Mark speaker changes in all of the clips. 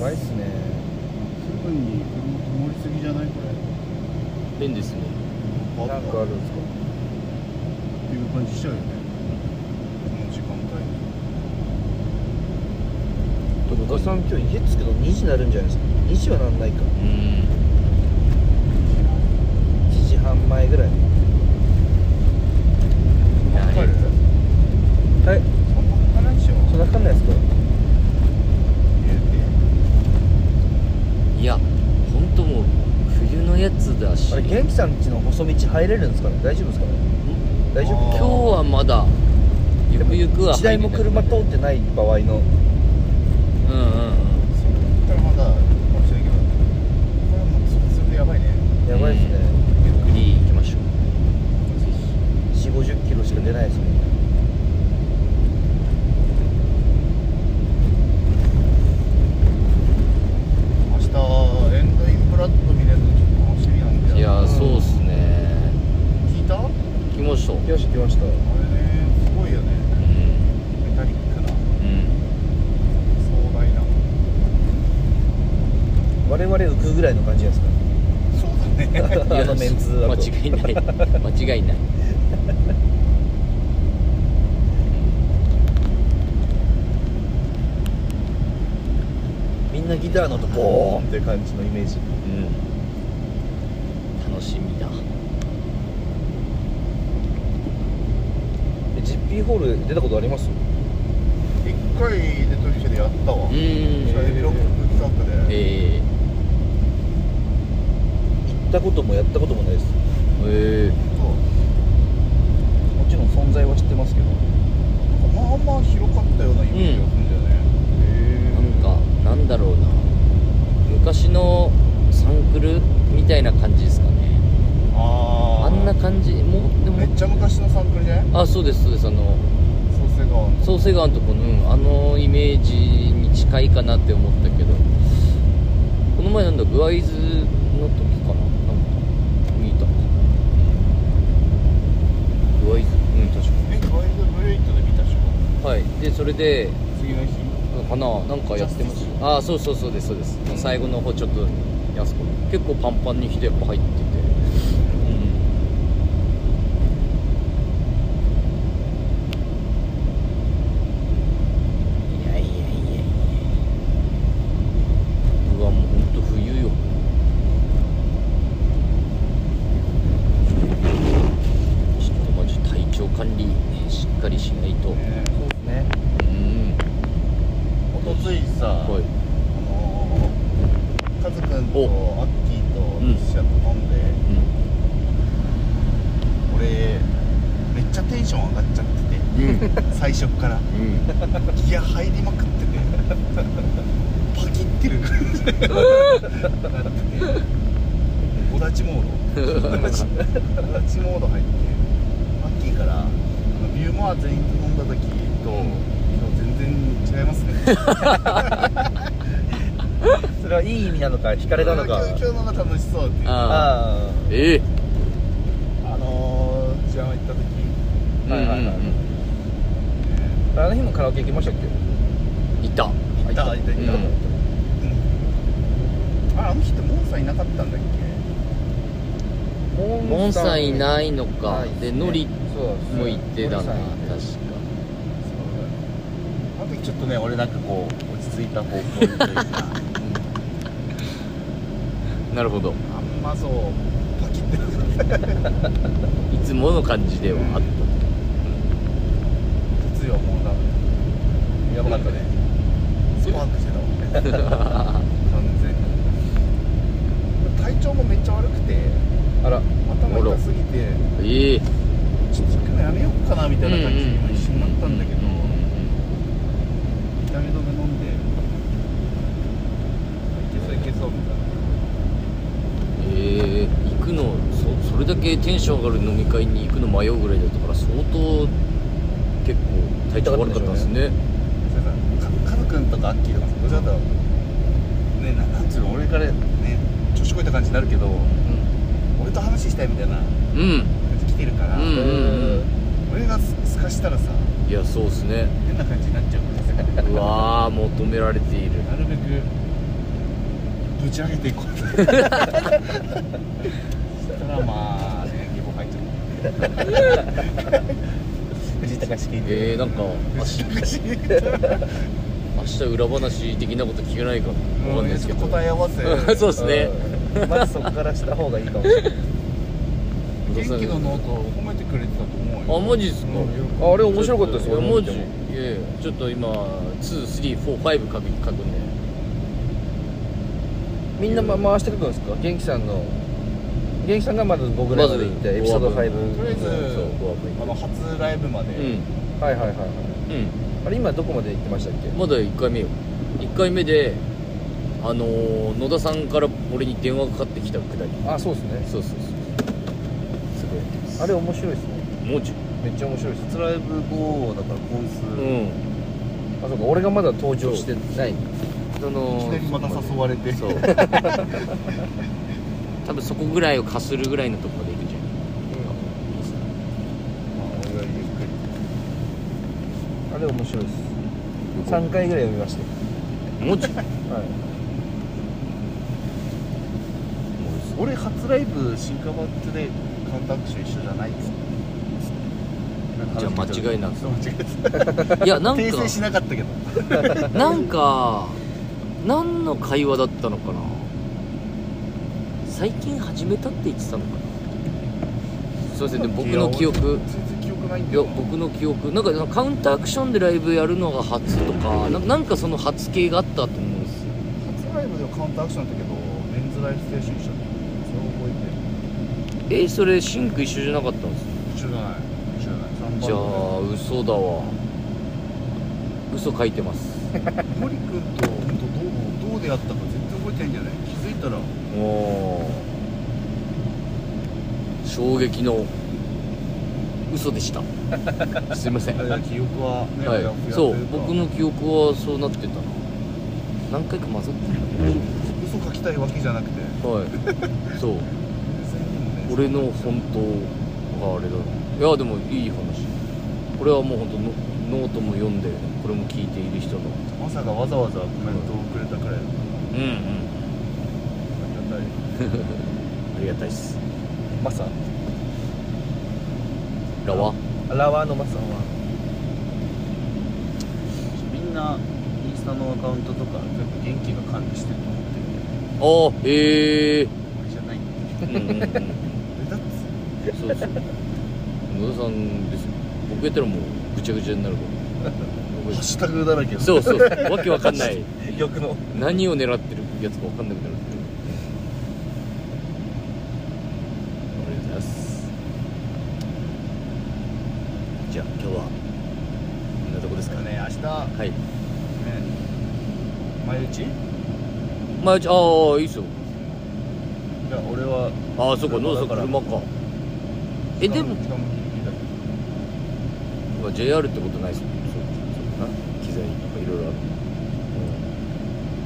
Speaker 1: ばいっすね
Speaker 2: すぐに車通り過ぎじゃないこれ
Speaker 3: 便利ですね
Speaker 1: なんかあるんです
Speaker 2: っていう感じしちゃうよねこの時間帯に
Speaker 4: でもおさん今日家着くの2時になるんじゃないですか2時はなんないか
Speaker 3: うん
Speaker 4: 1時半前ぐらい
Speaker 3: やはり
Speaker 1: かはい
Speaker 2: そんなことないでしょ
Speaker 4: そんなかんないですか
Speaker 2: 家って
Speaker 3: いや本当もう冬のやつだし
Speaker 4: あれ元気さん家の細道入れるんですかね大丈夫ですかね大丈
Speaker 3: 今日
Speaker 4: 夫
Speaker 3: はまだゆくゆくは
Speaker 4: 一台も車通ってない場合の
Speaker 3: うんうんうん
Speaker 2: それだったらまだかもしれないけどこれはもうそれそれでやばいね
Speaker 4: やばいですね
Speaker 3: ゆっくり行きましょう
Speaker 4: 4 5 0キロしか出ないですもんね
Speaker 2: 明日エンドインブラッド見れるのちょっと楽しみなんだよ
Speaker 3: いやーそうっすね
Speaker 2: 聞いたあれね
Speaker 3: 来ましたう
Speaker 4: よし来ました
Speaker 2: すごいよ
Speaker 3: ん
Speaker 2: ねメタリックな
Speaker 3: うん
Speaker 2: 壮大な
Speaker 4: 我々浮くぐらいの感じですか
Speaker 2: そうだね
Speaker 4: あのメンツだ
Speaker 3: 間
Speaker 4: と
Speaker 3: 違い ない間違いない
Speaker 4: みんなギターのとボーンっていう感じのイメージ
Speaker 3: うん楽しみだ
Speaker 4: えジッピーホール出たことあります
Speaker 2: 一回デトリシェでやったわ
Speaker 3: う
Speaker 2: シャ
Speaker 3: ん
Speaker 2: イビロック企画で
Speaker 3: え
Speaker 4: 行ったこともやったこともないです
Speaker 3: ー、え
Speaker 2: そう
Speaker 4: もちろん存在は知ってますけど
Speaker 2: なんかまあまあ広かったようなイメージがするんだよね、
Speaker 3: ー、なんかなんだろうな昔のサンクルみたいな感じですかね
Speaker 2: あー
Speaker 3: あんな感じもうで
Speaker 2: め
Speaker 3: も
Speaker 2: っちゃ昔のサンクルじゃない
Speaker 3: あそうですそうですあの
Speaker 2: 創世川の
Speaker 3: 創世川のとこの、うんあのイメージに近いかなって思ったけどこの前なんだグアイズの時かななんか見たグアイズうん確
Speaker 2: えワイルドブレイトで見たでしょ
Speaker 3: かはいでそれで
Speaker 2: 次の日
Speaker 3: かななんかやってます
Speaker 2: ジャスティ
Speaker 3: ああそうそうそうですそうです、
Speaker 2: うん
Speaker 3: 最後の方ちょっとやすこ結構パンパンに人やっぱ入っててうんいやいやいやいやうわもうほんと冬よちょっとマジ体調管理しっかりしないと
Speaker 2: ね
Speaker 4: そうですね
Speaker 3: うん
Speaker 2: おとついさ、
Speaker 3: はい
Speaker 2: あのー、カズくんとア
Speaker 3: お
Speaker 2: ッキーと
Speaker 3: うん
Speaker 2: ミッシャーと飲んで、俺めっちゃテンション上がっちゃってて
Speaker 3: うんうん
Speaker 2: 最初っから
Speaker 3: うん
Speaker 2: ギア入りまくっててパキってる感じになってておだちモードおだちモード入ってアッキーからあのビューモア全員と飲んだ時と今日全然違いますね
Speaker 4: それはいい意味なのか惹かれたのか
Speaker 2: 今日今日の方が楽しそうっていうあ
Speaker 3: あ
Speaker 4: あ
Speaker 3: あええ
Speaker 2: のー、治安行った時
Speaker 4: あはいはいはい
Speaker 3: うんうんうん
Speaker 4: ああの日もカラオケ行きましたっけ
Speaker 3: いた
Speaker 2: 行った行った行った、
Speaker 3: うん
Speaker 2: ああの人モンさんいなかったんだっけ
Speaker 3: モンさんい
Speaker 4: い
Speaker 3: ないのか
Speaker 4: ない
Speaker 3: でノリ
Speaker 4: そうなんです
Speaker 3: も行ってたな確か
Speaker 2: あの時ちょっとね俺なんかこう落ち着いた方向に というか
Speaker 3: なるほど
Speaker 2: あんまそうパキって
Speaker 3: いつもの感じではあっ
Speaker 2: 実はもうだやばかったねスパークしてたもんね完 全に 体調もめっちゃ悪くて
Speaker 4: あら
Speaker 2: 頭痛すぎて
Speaker 3: たええ
Speaker 2: ちょっと行くのやめようかなみたいな感じに今一瞬なったんだけど
Speaker 3: うんうん
Speaker 2: 痛み止め飲んでいけそういけそうみたいな
Speaker 3: うんうんええ行くのそそれだけテンション上がる飲み会に行くの迷うぐらいだったから相当結構体調悪かったんですね
Speaker 2: カズくんとかアッキーとかさどちらかというとねななんつうの俺からね調子こいた感じになるけど俺と話したいみたいな感
Speaker 3: うん
Speaker 2: じ来てるから、
Speaker 3: うんうんうん
Speaker 2: 俺がすすかしたらさ
Speaker 3: いやそうっすね
Speaker 2: 変な感じになっちゃうからさ
Speaker 3: うわー求められている
Speaker 2: なるべくぶち上げていこうそ したらまあね義母入っちゃう藤 高式
Speaker 3: えー、なんか
Speaker 2: 藤高式
Speaker 3: 明日裏話的なこと聞けないかわかんないですけど、
Speaker 2: 答え合わ せ
Speaker 3: そうですね
Speaker 4: うん まずそこからした方がいいかもしれない
Speaker 2: 元気だなと褒めてくれてたと思うよ
Speaker 3: あマジっすか
Speaker 2: うん
Speaker 1: あれ面白かったです
Speaker 3: よ
Speaker 1: よ
Speaker 3: マジいえちょっと今2345書く書くんで
Speaker 4: みんなま回してくるんですか元気さんの元気さんがまず僕らまで行って
Speaker 3: まず
Speaker 4: エピソー
Speaker 3: ご
Speaker 4: ド
Speaker 3: 飯
Speaker 4: 5
Speaker 2: とりあえず
Speaker 3: そうご案内
Speaker 2: あの初ライブまで、
Speaker 3: う
Speaker 4: はいはいはいはい
Speaker 3: んうん
Speaker 4: あれ今どこまで行ってましたっけ
Speaker 3: まだ1回目よ1回目であのー野田さんから俺に電話がかかってきたくだり
Speaker 4: あそうですね
Speaker 3: そうそうそうすごい
Speaker 4: あれ面白いですね
Speaker 3: 文字
Speaker 4: めっちゃ面白いです
Speaker 2: 初ライブ後だから今
Speaker 3: う
Speaker 2: 週、
Speaker 3: ん
Speaker 4: あそうか俺がまだ登場してないそ
Speaker 2: いき
Speaker 4: の
Speaker 2: なり また誘われて
Speaker 3: そう 多分そこぐらいをかするぐらいのとこまでいくんじゃない
Speaker 2: まあ俺がゆっく
Speaker 4: あ
Speaker 2: り
Speaker 4: れ面白いです3回ぐらい読みました
Speaker 3: 文字
Speaker 4: よはい
Speaker 2: 俺初ライブ新カバットでカウンター握手一緒じゃないです
Speaker 3: じゃあ間違いなく
Speaker 2: そう間違 え
Speaker 3: いやな
Speaker 2: た
Speaker 3: んか
Speaker 2: 訂正しなかったけど
Speaker 3: なんか何の会話だったのかな最近始めたって言ってたのかなすいませんでも僕の記憶
Speaker 2: 全然記憶ないん
Speaker 3: い
Speaker 2: だ
Speaker 3: や
Speaker 2: よな
Speaker 3: 僕の記憶なんかそのカウンターアクションでライブやるのが初とかななんかその初系があったと思うんですよ
Speaker 2: 初ライブでもカウンターアクションだったけどメンズライフステーション一緒だったそれを覚
Speaker 3: えーそれシンク一緒じゃなかったんです
Speaker 2: えてる一緒じゃない一緒じゃない三番
Speaker 3: じゃあ嘘だわ嘘書いてます
Speaker 2: 森君と本当どうどう出会ったか全然覚えてないんじゃない気づいたら
Speaker 3: おー衝撃の嘘でした すいません
Speaker 2: あれ記憶はねあれは
Speaker 3: は
Speaker 2: ふ
Speaker 3: い、
Speaker 2: やふや
Speaker 3: そう
Speaker 2: といか
Speaker 3: 僕の記憶はそうなってたな何回か混ざって
Speaker 2: 嘘書きたいわけじゃなくて
Speaker 3: たはい そう
Speaker 2: 偶然にもね
Speaker 3: 俺の本当があれだないやでもいい話これはもう本当のノートも読んでこれも聞いている人の
Speaker 2: まさかわざわざコメントをくれたくらいだった
Speaker 3: うんうん
Speaker 2: からありがたい
Speaker 3: ありがたいっす
Speaker 2: マサ
Speaker 3: ラワ
Speaker 4: ラワーのマスさんは
Speaker 2: みんなインスタのアカウントとか全部元気が管理してると思っ
Speaker 3: あ
Speaker 2: てる
Speaker 3: ーへえ
Speaker 2: 俺じゃないんだよ
Speaker 3: うんうんうん
Speaker 2: 俺だって
Speaker 3: そうそう野田さんですよ僕やったらもうぐちゃぐちゃになるから
Speaker 2: ハッシュタグだらけだ
Speaker 3: そうそうわけわかんない
Speaker 4: 欲の
Speaker 3: 何を狙ってるやつかわかんなくなるっていうありがとうございますじゃあ今日はこんなとこですかね
Speaker 2: ね明日ね
Speaker 3: はい
Speaker 2: 前打ちじ
Speaker 3: まあじゃあああいいっすよ
Speaker 2: ゃあ俺は
Speaker 3: ああそうか野田さん車かえでも
Speaker 2: 時間もギリギリだけ
Speaker 3: まあ JR ってことないっすよそうそうかな機材とかいろいろある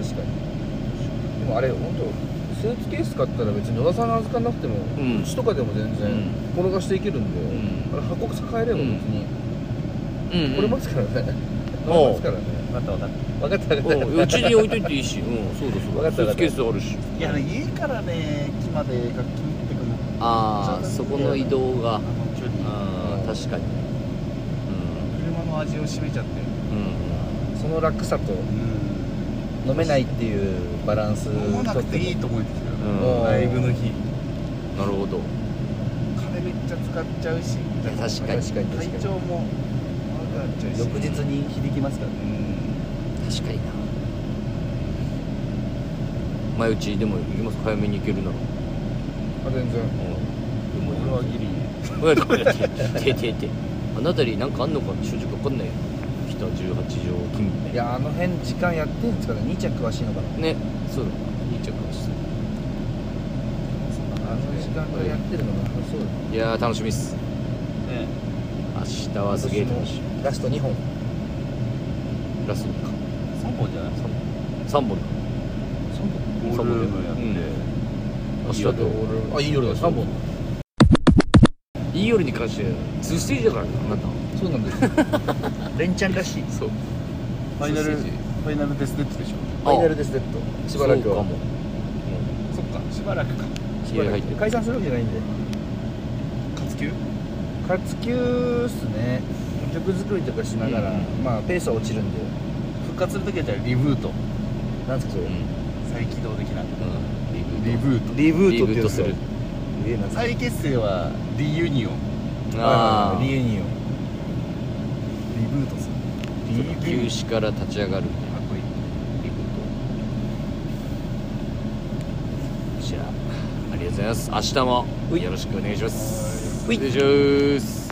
Speaker 4: 確かにでもあれ本当スーツケース買ったら別に野田さんが預かんなくても
Speaker 3: ん
Speaker 4: うち、とかでも全
Speaker 3: う
Speaker 4: 然
Speaker 3: ん
Speaker 4: 転がしていけるんで、
Speaker 3: う
Speaker 4: あれ箱変えれば別に、
Speaker 3: うんうん
Speaker 4: これますからね、
Speaker 3: うん
Speaker 4: 乗れますからね
Speaker 2: ど分かった分かっ
Speaker 4: 分かった分かった
Speaker 3: うんうちに置いといていいし、うん、そうだそう
Speaker 4: わ
Speaker 3: だ。
Speaker 4: か
Speaker 3: ス
Speaker 4: った
Speaker 3: ーツケースあるし。
Speaker 2: たいやね家からね木まで楽器持ってくの
Speaker 3: あ
Speaker 2: あ
Speaker 3: あ、
Speaker 2: ー
Speaker 3: そ
Speaker 2: そ
Speaker 3: こ
Speaker 2: こ
Speaker 3: の
Speaker 2: の
Speaker 3: 移
Speaker 2: 移
Speaker 3: 動が
Speaker 2: あ、の距離
Speaker 3: ああ、確かに。
Speaker 2: 車の味を占めちゃって
Speaker 3: うん、うん、
Speaker 4: その楽さと
Speaker 2: う
Speaker 4: 飲めないっていうバランス
Speaker 2: ん飲まなくていい
Speaker 4: と
Speaker 2: と思うんですよ
Speaker 3: うん
Speaker 2: ライブの日
Speaker 3: なるほど。
Speaker 2: 金めっちゃ使っちゃうしみたいな
Speaker 3: 確かに
Speaker 4: 確かに確か
Speaker 2: 体
Speaker 4: に
Speaker 2: 調も悪くなっちゃうし
Speaker 4: 翌日に響きますからね
Speaker 2: うん
Speaker 3: 確かにな。前打ちでも行きます。早めに行けるなら。
Speaker 4: あ全然
Speaker 3: うん。
Speaker 2: 俺はギリ
Speaker 3: おい、これ、て、て、て、て。あの辺り、なんかあんのか、正直わかんないよ。北十八条近辺。
Speaker 4: いやあの辺時間やってんですから兄ちゃん詳しいのかな
Speaker 3: ね、そうだ。いい着かして
Speaker 4: あの時間からやってるのがそうだ
Speaker 3: いやー、楽しみっす。
Speaker 2: ね
Speaker 3: 明日はすげえ楽しみ。
Speaker 4: ラスト2本
Speaker 3: ラストか。
Speaker 2: 3本じゃない3
Speaker 3: 三本だ。
Speaker 2: 本ゴールルームやって、
Speaker 3: 明日と
Speaker 4: あいい夜だ3本
Speaker 3: いい夜に関して2ステージだからねあなた
Speaker 4: そうなんですよ レンチャンらしい
Speaker 3: そう
Speaker 2: ファイナル
Speaker 3: そう
Speaker 2: ファイナルデステップでしょ
Speaker 4: ファイナルデステッドしばらく
Speaker 3: そうか
Speaker 4: は
Speaker 3: も
Speaker 2: しばらくか
Speaker 3: 気合入ってる
Speaker 4: 解散するわけじゃないんで
Speaker 2: 活休
Speaker 4: 活休っすね曲作りとかしながら、
Speaker 2: うん
Speaker 4: まあペースは落ちるんで復活するときはじゃあリブートなんですかそれ
Speaker 3: うん
Speaker 2: 再起動的な
Speaker 3: うん
Speaker 4: リブートリブートって
Speaker 3: リブートする
Speaker 4: えな
Speaker 2: 再結成はリユニオン
Speaker 3: ああ
Speaker 4: リエニオン
Speaker 2: リブートする
Speaker 4: リブ
Speaker 3: 休
Speaker 4: ー
Speaker 3: 止から立ち上がる
Speaker 2: かっこいい
Speaker 3: リブートじゃあありがとうございます明日もよろしくお願いしますお願いします